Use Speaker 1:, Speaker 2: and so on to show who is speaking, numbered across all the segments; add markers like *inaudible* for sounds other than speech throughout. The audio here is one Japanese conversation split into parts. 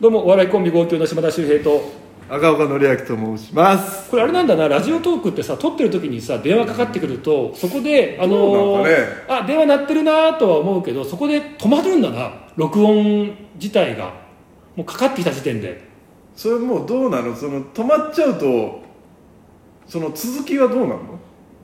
Speaker 1: どうもお笑いコンビ号泣の島田秀平と
Speaker 2: 赤岡典明と申します
Speaker 1: これあれなんだなラジオトークってさ撮ってる時にさ電話かかってくるとそこであ
Speaker 2: そうな
Speaker 1: の
Speaker 2: んかね
Speaker 1: あ電話鳴ってるなとは思うけどそこで戸惑うんだな録音自体がもうかかってきた時点で
Speaker 2: それもうどうなのその止まっちゃうとその続きはどうなの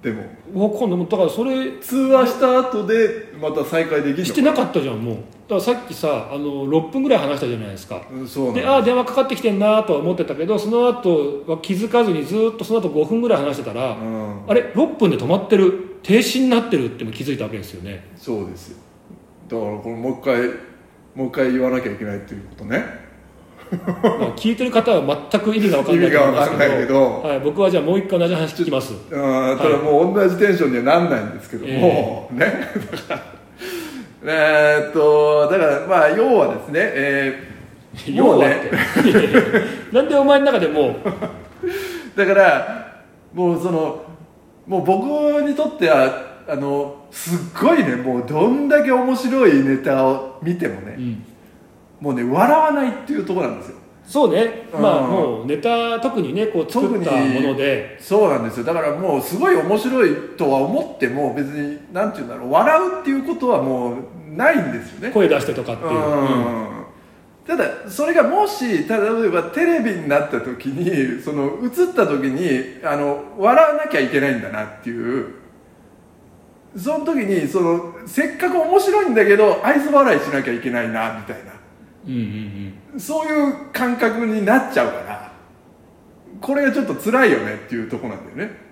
Speaker 2: でも
Speaker 1: もう今度もだからそれ
Speaker 2: 通話した後でまた再開できるの
Speaker 1: してなかったじゃんもうだからさっきさあの6分ぐらい話したじゃないですか
Speaker 2: うんそうな
Speaker 1: で
Speaker 2: の
Speaker 1: ああ電話かかってきてんなとは思ってたけどその後は気づかずにずっとその後5分ぐらい話してたら、
Speaker 2: うん
Speaker 1: あれ6分で止まってる停止になってるっても気づいたわけですよね
Speaker 2: そうですよだからこれもう一回もう一回言わなきゃいけないっていうことね
Speaker 1: *laughs* まあ聞いてる方は全く意味が分かんないと思いますけ
Speaker 2: 意味が分かんない
Speaker 1: ど
Speaker 2: けど
Speaker 1: はい、僕はじゃあもう一回同じ話聞きます
Speaker 2: うんただもう同じテンションにはなんないんですけども、ね *laughs* だからえーっとだからまあ要はですね、え *laughs* ー
Speaker 1: 要
Speaker 2: もう
Speaker 1: は
Speaker 2: ね
Speaker 1: っていやいやなんでお前の中でもう
Speaker 2: だからもうそのもう僕にとってはあのすっごいねもうどんだけ面白いネタを見てもね、
Speaker 1: ん
Speaker 2: もうね笑わないっていうところなんですよ
Speaker 1: そうねまあ
Speaker 2: うん
Speaker 1: もうネタ特にねこう作った
Speaker 2: 特に
Speaker 1: もので
Speaker 2: そうなんですよだからもうすごい面白いとは思っても別になんていうんだろう笑うっていうことはもうないんですよね
Speaker 1: 声出してとかっていう、うん
Speaker 2: うんただそれがもしただ例えばテレビになった時にその映った時にあの笑わなきゃいけないんだなっていうその時にそのせっかく面白いんだけど愛想笑いしなきゃいけないなみたいな
Speaker 1: うんうんうん
Speaker 2: そういう感覚になっちゃうからこれがちょっと辛いよねっていうところなんだよね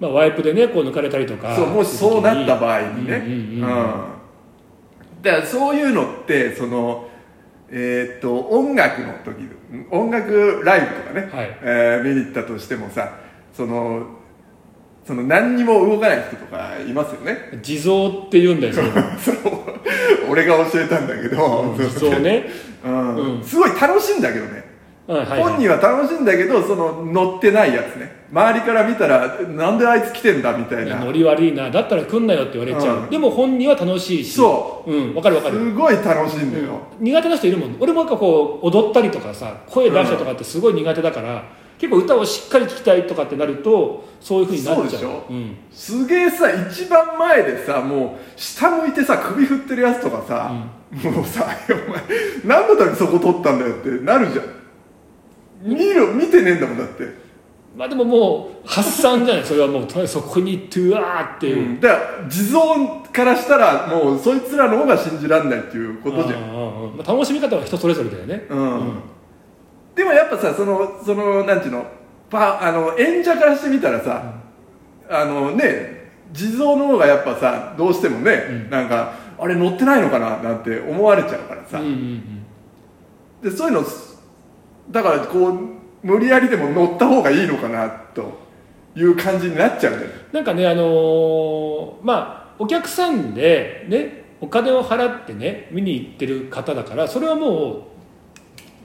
Speaker 1: まあ、ワイプでねこう抜かれたりとか
Speaker 2: そうもしそうなった場合にね
Speaker 1: うんうんうん
Speaker 2: だからそういうのってそのえーっと音楽の時ん音楽ライブとかね、
Speaker 1: はい
Speaker 2: えー見に行ったとしてもさそのその何にも動かない人とかいますよね *laughs*
Speaker 1: 地蔵って言うんだよね
Speaker 2: その俺が教えたんだけど、
Speaker 1: 地蔵
Speaker 2: *laughs*
Speaker 1: ね、
Speaker 2: うん
Speaker 1: うん
Speaker 2: すごい楽しいんだけどね
Speaker 1: うんはいはい
Speaker 2: 本人は楽しいんだけどその乗ってないやつね周りから見たらなんであいつ来てんだみたい
Speaker 1: いや
Speaker 2: な
Speaker 1: ノリ悪いなだったら来んなよって言われちゃう、
Speaker 2: うん
Speaker 1: でも本人は楽しいし、
Speaker 2: そう
Speaker 1: ん、わかるわかる
Speaker 2: すごい楽しいんだよ、
Speaker 1: 苦手な人いるもん俺もなんかこう踊ったりとかさ声出したりとかってすごい苦手だから、結構歌をしっかり聴きたいとかってなるとそういうふうになっちゃう
Speaker 2: そうでしょ
Speaker 1: ん、
Speaker 2: すげえさ一番前でさもう下向いてさ首振ってるやつとかさ、もうさ「お前何のためにそこ取ったんだよ」ってなるじゃん見る見てねえんだもんだって、
Speaker 1: まあでももう発散じゃないそれはもうとりあえずそこに行ってうわーっていう、
Speaker 2: だから地蔵からしたらもうそいつらの方が信じらんないっていうことじゃん
Speaker 1: うんうんうんまあ楽しみ方は人それぞれだよね
Speaker 2: うん、でもやっぱさそのそのなんていうのパあの演者からしてみたらさ、あのね地蔵の方がやっぱさどうしてもね、なんかあれ乗ってないのかななんて思われちゃうからさ、
Speaker 1: うんうんうん
Speaker 2: でそういうのだからこう無理やりでも乗った方がいいのかなという感じになっちゃうんだよ
Speaker 1: なんかねあのーまあお客さんでねお金を払ってね見に行ってる方だからそれはも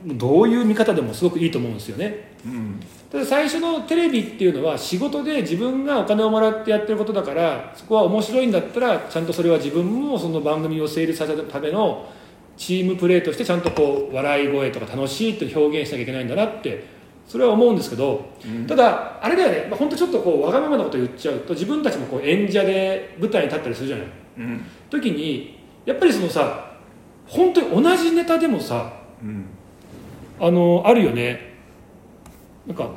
Speaker 1: うどういう見方でもすごくいいと思うんですよね
Speaker 2: うん
Speaker 1: ただ最初のテレビっていうのは仕事で自分がお金をもらってやってることだからそこは面白いんだったらちゃんとそれは自分もその番組を成立させるためのチームプレーとしてちゃんとこう笑い声とか楽しいって表現しなきゃいけないんだなってそれは思うんですけど、ただあれだよね、まあ、本当ちょっとこうわがままなこと言っちゃうと自分たちもこう演者で舞台に立ったりするじゃない
Speaker 2: うん
Speaker 1: 時にやっぱりそのさ本当に同じネタでもさ
Speaker 2: うん
Speaker 1: あのあるよねなんか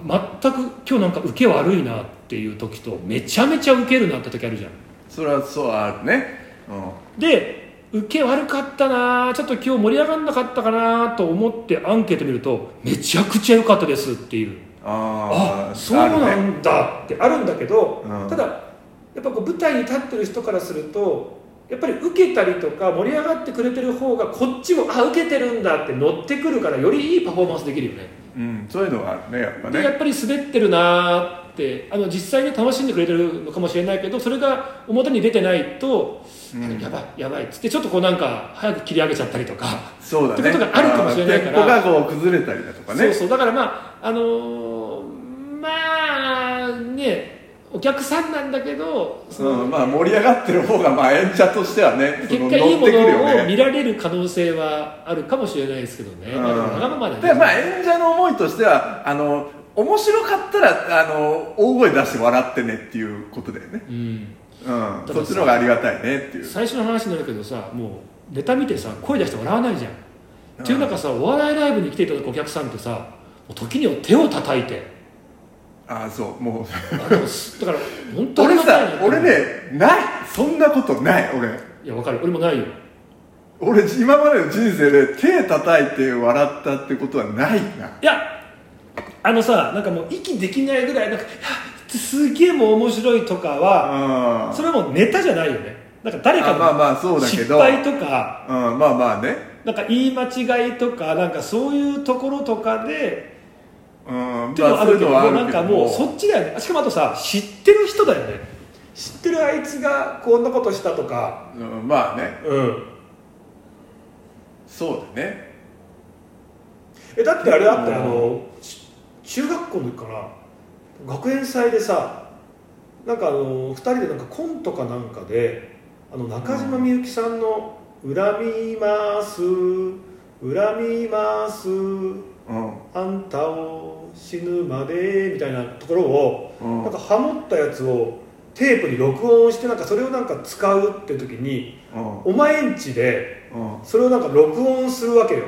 Speaker 1: 全く今日なんか受け悪いなっていう時とめちゃめちゃ受けるなって時あるじゃん
Speaker 2: それはそうあるねうん
Speaker 1: で受け悪かったなちょっと今日盛り上がんなかったかなと思ってアンケート見るとめちゃくちゃ良かったですっていう
Speaker 2: あ
Speaker 1: あ
Speaker 2: ー
Speaker 1: そう
Speaker 2: あ
Speaker 1: な
Speaker 2: るね
Speaker 1: んだってあるんだけど、
Speaker 2: うん
Speaker 1: ただやっぱこう舞台に立ってる人からするとやっぱり受けたりとか盛り上がってくれてる方がこっちもあ受けてるんだって乗ってくるからよりいいパフォーマンスできるよね
Speaker 2: うんそういうのがあるねやっぱ
Speaker 1: でや
Speaker 2: ね
Speaker 1: っぱり滑ってるなーってあの実際に楽しんでくれてるのかもしれないけどそれが表に出てないと、やばいやばいっつってちょっとこうなんか早く切り上げちゃったりとか、
Speaker 2: そうだね
Speaker 1: ってことがあるかもしれないから
Speaker 2: あーテンポがこう崩れたりだとか
Speaker 1: そう
Speaker 2: ね
Speaker 1: そうだからまああのーまあねお客さんなんだけどその
Speaker 2: うんまあ、盛り上がってる方がまあ演者としてはねそ
Speaker 1: 結
Speaker 2: の
Speaker 1: 果いい
Speaker 2: 乗っ
Speaker 1: も
Speaker 2: てくるよ
Speaker 1: のを
Speaker 2: ね
Speaker 1: 見られる可能性はあるかもしれないですけどね、
Speaker 2: うん
Speaker 1: まあ、でもわがままだね
Speaker 2: でまあ演者の思いとしてはあの面白かったらあの大声出して笑ってねっていうことだよね、
Speaker 1: うん、
Speaker 2: うん、
Speaker 1: だ
Speaker 2: そっちの方がありがたいねっていう
Speaker 1: 最初の話になるけどさもうネタ見てさ声出して笑わないじゃん、
Speaker 2: うん
Speaker 1: っていう中さお笑いライブに来ていただくお客さんってさもう時には手を叩いて
Speaker 2: ああそうも
Speaker 1: あのすだから本
Speaker 2: う
Speaker 1: 当あり
Speaker 2: 俺
Speaker 1: がたいな
Speaker 2: さ
Speaker 1: と思う
Speaker 2: 俺ねないそんなことない俺
Speaker 1: いやわかる俺もないよ
Speaker 2: 俺今までの人生で手叩いて笑ったってことはないない
Speaker 1: やあのさなんかもう息できないぐらいなんかいやすげえもう面白いとかは、
Speaker 2: うん
Speaker 1: それはもうネタじゃないよねなんか誰か
Speaker 2: あまあまあそ
Speaker 1: の
Speaker 2: うだけ
Speaker 1: 失
Speaker 2: ど
Speaker 1: 敗とか
Speaker 2: うん、まあまあね
Speaker 1: なんか言い間違いとかなんかそういうところとかで
Speaker 2: うんまあ
Speaker 1: っていうのはあるけど,、
Speaker 2: そういう
Speaker 1: なんかもうそっちだよねしかもあとさ知ってる人だよね知ってるあいつがこんなことしたとか
Speaker 2: うんまあね
Speaker 1: うん
Speaker 2: そうだね
Speaker 1: えだってあれだって
Speaker 2: うん
Speaker 1: あのち中学校の時かな学園祭でさなんかあの2人でなんかコントかなんかであの中島みゆきさんの「恨みます恨みます」
Speaker 2: うん
Speaker 1: あんたを死ぬまでみたいなところを、
Speaker 2: うん
Speaker 1: なんかハモったやつをテープに録音してなんかそれをなんか使うって時に
Speaker 2: う
Speaker 1: お
Speaker 2: ん
Speaker 1: 前んちで
Speaker 2: うん
Speaker 1: それをなんか録音するわけよ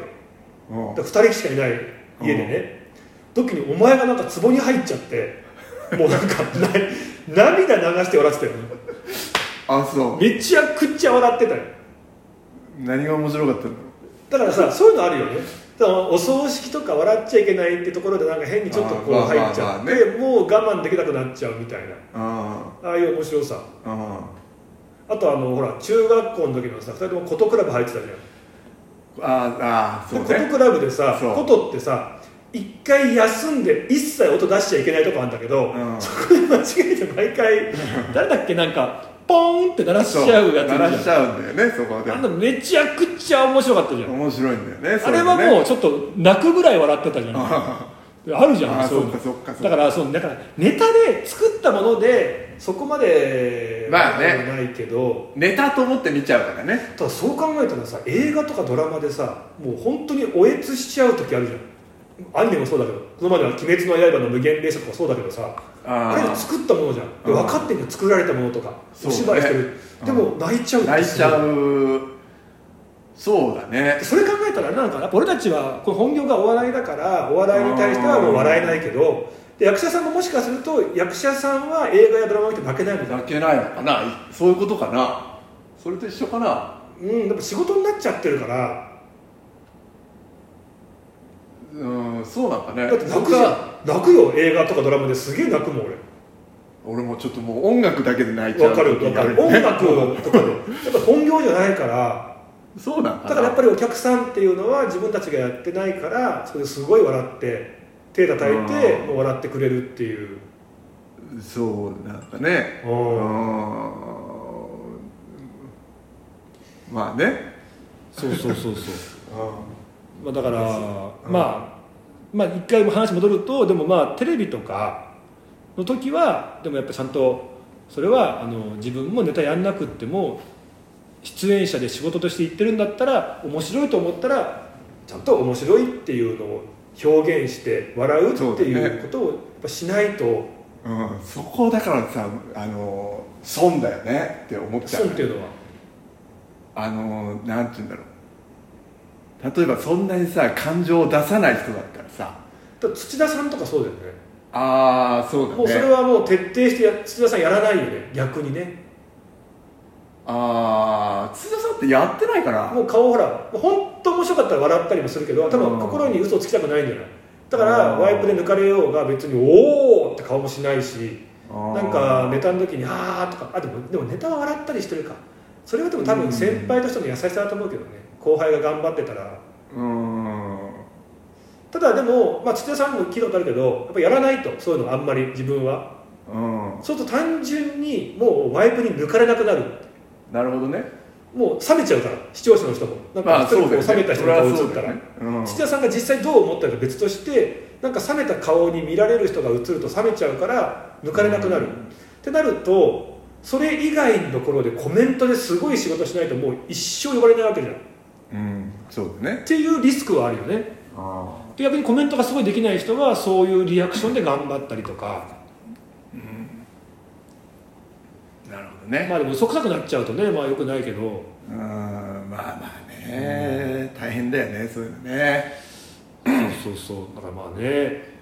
Speaker 2: うん
Speaker 1: だから2人しかいない家でね、時にお前がなんか壺に入っちゃってもうなんかな涙流して笑ってたよ
Speaker 2: あそう
Speaker 1: めちゃくちゃ笑ってたよ
Speaker 2: 何が面白かったの
Speaker 1: だからさそういうのあるよねだからお葬式とか笑っちゃいけないってところでなんか変にちょっとこう
Speaker 2: あーまあ
Speaker 1: 入っち
Speaker 2: まあ
Speaker 1: ゃ
Speaker 2: ま
Speaker 1: っ
Speaker 2: あ
Speaker 1: て、
Speaker 2: ね
Speaker 1: もう我慢できなくなっちゃうみたいな
Speaker 2: あ
Speaker 1: ああいう面白さ
Speaker 2: ああ
Speaker 1: あとあのほら中学校の時のさ2人とも琴クラブ入ってたじゃん
Speaker 2: あああそう
Speaker 1: で
Speaker 2: ね
Speaker 1: 琴クラブでさ
Speaker 2: そう
Speaker 1: 琴ってさ一回休んで一切音出しちゃいけないとこあるんだけど、
Speaker 2: うん
Speaker 1: そこで間違えて毎
Speaker 2: *laughs*
Speaker 1: 回誰だっけなんかポーンって鳴らしちゃうやつい
Speaker 2: 鳴
Speaker 1: る
Speaker 2: ら
Speaker 1: じ
Speaker 2: しち
Speaker 1: ゃん
Speaker 2: ゃうんだよねそこで
Speaker 1: あんなのめちゃくちゃ面白かったじゃん、
Speaker 2: 面白いんだよね
Speaker 1: あれはもうちょっと泣くぐらい笑ってたじゃん
Speaker 2: あ
Speaker 1: あるじゃん
Speaker 2: あ
Speaker 1: そういう
Speaker 2: そ
Speaker 1: の
Speaker 2: っかそっかそっか
Speaker 1: だからそうだからネタで作ったものでそこまで
Speaker 2: まあね
Speaker 1: ないけど、
Speaker 2: ネタと思って見ちゃうからね
Speaker 1: ただそう考えたらさ映画とかドラマでさもう本当におえつしちゃう時あるじゃんアニメもそうだけどこの前では「鬼滅の刃」の無限列車とかそうだけどさあれ
Speaker 2: あ
Speaker 1: 作ったものじゃんで
Speaker 2: うん
Speaker 1: 分かってんの作られたものとか
Speaker 2: そ
Speaker 1: お
Speaker 2: うだ
Speaker 1: 芝
Speaker 2: ね
Speaker 1: 居してる、
Speaker 2: うん
Speaker 1: でも泣いちゃう
Speaker 2: あ泣いちゃ
Speaker 1: う
Speaker 2: うそうだね
Speaker 1: それ考えたらなんかやっぱ俺たちはこれ本業がお笑いだからお笑いに対してはもう笑えないけどで役者さんももしかすると役者さんは映画やドラマ見て泣けないのか
Speaker 2: 泣けないのかなそういうことかなそれと一緒かな
Speaker 1: うんでも仕事になっちゃってるから
Speaker 2: うんそうなんかね
Speaker 1: だって泣くじゃん泣くよ映画とかドラマですげえ泣くもん俺
Speaker 2: 俺もちょっともう音楽だけで泣いちゃう
Speaker 1: わかるわかる音楽とかでやっぱ本業じゃないから
Speaker 2: そうなんか
Speaker 1: だか
Speaker 2: な
Speaker 1: らやっぱりお客さんっていうのは自分たちがやってないからそれですごい笑って手叩いて
Speaker 2: うん
Speaker 1: もう笑ってくれるっていう
Speaker 2: そうなんかね
Speaker 1: う
Speaker 2: うんんまあね
Speaker 1: そうそうそうそう、まあ、だから、まあまあ一回も話戻るとでもまあテレビとかの時はでもやっぱちゃんとそれはあの自分もネタやんなくっても出演者で仕事として言ってるんだったら面白いと思ったらちゃんと面白いっていうのを表現して笑うって
Speaker 2: そうだ
Speaker 1: い
Speaker 2: ね
Speaker 1: うことをやっぱしないと、
Speaker 2: うん、そこだからさあの損だよねって思っちゃ
Speaker 1: 損
Speaker 2: う
Speaker 1: っていうのは
Speaker 2: あのなんて言うんだろう例えばそんなにさ感情を出さない人だったらさ
Speaker 1: だから土田さんとかそうだよね
Speaker 2: ああそうだね
Speaker 1: もうそれはもう徹底してや土田さんやらないよね逆にね
Speaker 2: ああ津田さんってやってないから
Speaker 1: もう顔ほら本当面白かったら笑ったりもするけど多
Speaker 2: う
Speaker 1: 分
Speaker 2: ん
Speaker 1: 心に嘘をつきたくないんじゃないだから
Speaker 2: うん
Speaker 1: ワイプで抜かれようが別に「おお!」って顔もしないしなんかネタの時に「ああ」とかあでもでもネタは笑ったりしてるかそれはでも多
Speaker 2: う
Speaker 1: 分
Speaker 2: ん
Speaker 1: 先輩としての優しさだと思うけどね後輩が頑張ってたら
Speaker 2: うん
Speaker 1: ただでも、まあ、土田さんも聞いたことあるけどやっぱやらないとそういうのあんまり自分は
Speaker 2: うん
Speaker 1: そうすると単純にもうワイプに抜かれなくなる
Speaker 2: なるほどね
Speaker 1: もう冷めちゃうから視聴者の人もなん
Speaker 2: ま
Speaker 1: か
Speaker 2: あ
Speaker 1: 一人
Speaker 2: そうだ
Speaker 1: こ
Speaker 2: よ
Speaker 1: う
Speaker 2: ね
Speaker 1: 冷めた人が映った
Speaker 2: それはそうだ
Speaker 1: ら
Speaker 2: よねうん
Speaker 1: 土屋さんが実際どう思ったか別としてなんか冷めた顔に見られる人が映ると冷めちゃうから抜かれなくなる、
Speaker 3: ってなるとそれ以外のところでコメントですごい仕事しないともう一生呼ばれないわけじゃんっ
Speaker 2: うんそうだね
Speaker 3: ていうリスクはあるよね
Speaker 2: あ
Speaker 1: で逆にコメントがすごいできない人はそういうリアクションで頑張ったりとか
Speaker 2: あなるほどね
Speaker 1: まあでも嘘くさくなっちゃうとねまあよくないけど
Speaker 2: うんまあまあね、大変だよねそういうのね
Speaker 1: そうそうそうだからまあね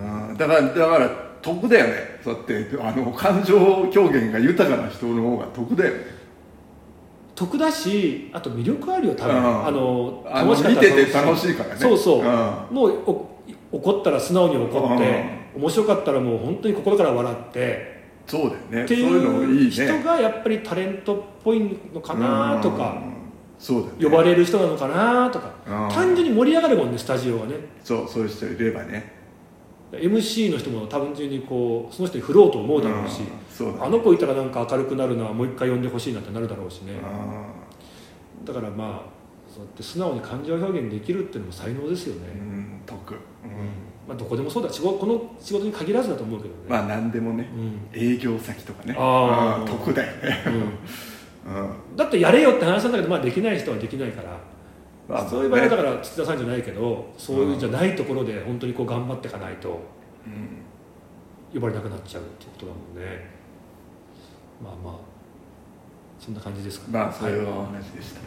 Speaker 2: うんだからだから得だよねだってあの感情表現が豊かな人の方が得だよね
Speaker 1: 得だしあと魅力あるよ多分、
Speaker 2: うん
Speaker 1: あの
Speaker 2: あの
Speaker 1: 楽しかっ
Speaker 2: 見
Speaker 1: たら
Speaker 2: てて楽しいからね
Speaker 1: そうそう、
Speaker 2: んあ
Speaker 1: もうお怒ったら素直に怒って、面白かったらもう本当に心から笑って、
Speaker 2: そうだよね
Speaker 1: って
Speaker 2: そういうのい
Speaker 1: い
Speaker 2: いうね
Speaker 1: 人がやっぱりタレントっぽいのかなと
Speaker 2: う
Speaker 1: か、
Speaker 2: んそうだよね
Speaker 1: 呼ばれる人なのかなとか、
Speaker 2: うん
Speaker 1: 単純に盛り上がるもんねスタジオがね
Speaker 2: そうそういう人いればね
Speaker 1: MC の人も単純にこうその人に振ろうと思うだろうし
Speaker 2: ん、そうだ
Speaker 1: あの子いたらなんか明るくなるのはもう一回呼んでほしいなってなるだろうしね、
Speaker 2: う
Speaker 1: だからまあそうやって素直に感情表現できるっていうのも才能ですよね、
Speaker 2: んうん得うん
Speaker 1: まあ、どこでもそうだ仕事この仕事に限らずだと思うけどね、
Speaker 2: まあ何でもね
Speaker 1: うん
Speaker 2: 営業先とかね
Speaker 1: あー
Speaker 2: うん得だよね
Speaker 1: うん
Speaker 2: うん
Speaker 1: だってやれよって話なんだけど、まあ、できない人はできないから、
Speaker 2: まあ
Speaker 1: そういう場合はだ
Speaker 2: ね
Speaker 1: から土田さんじゃないけどそういうじゃないところで本当にこう頑張っていかないと
Speaker 2: うん
Speaker 1: 呼ばれなくなっちゃうってことだもんねまあまあそんな感じですか
Speaker 2: まあそ
Speaker 1: は
Speaker 2: う
Speaker 1: いいう
Speaker 2: お話でした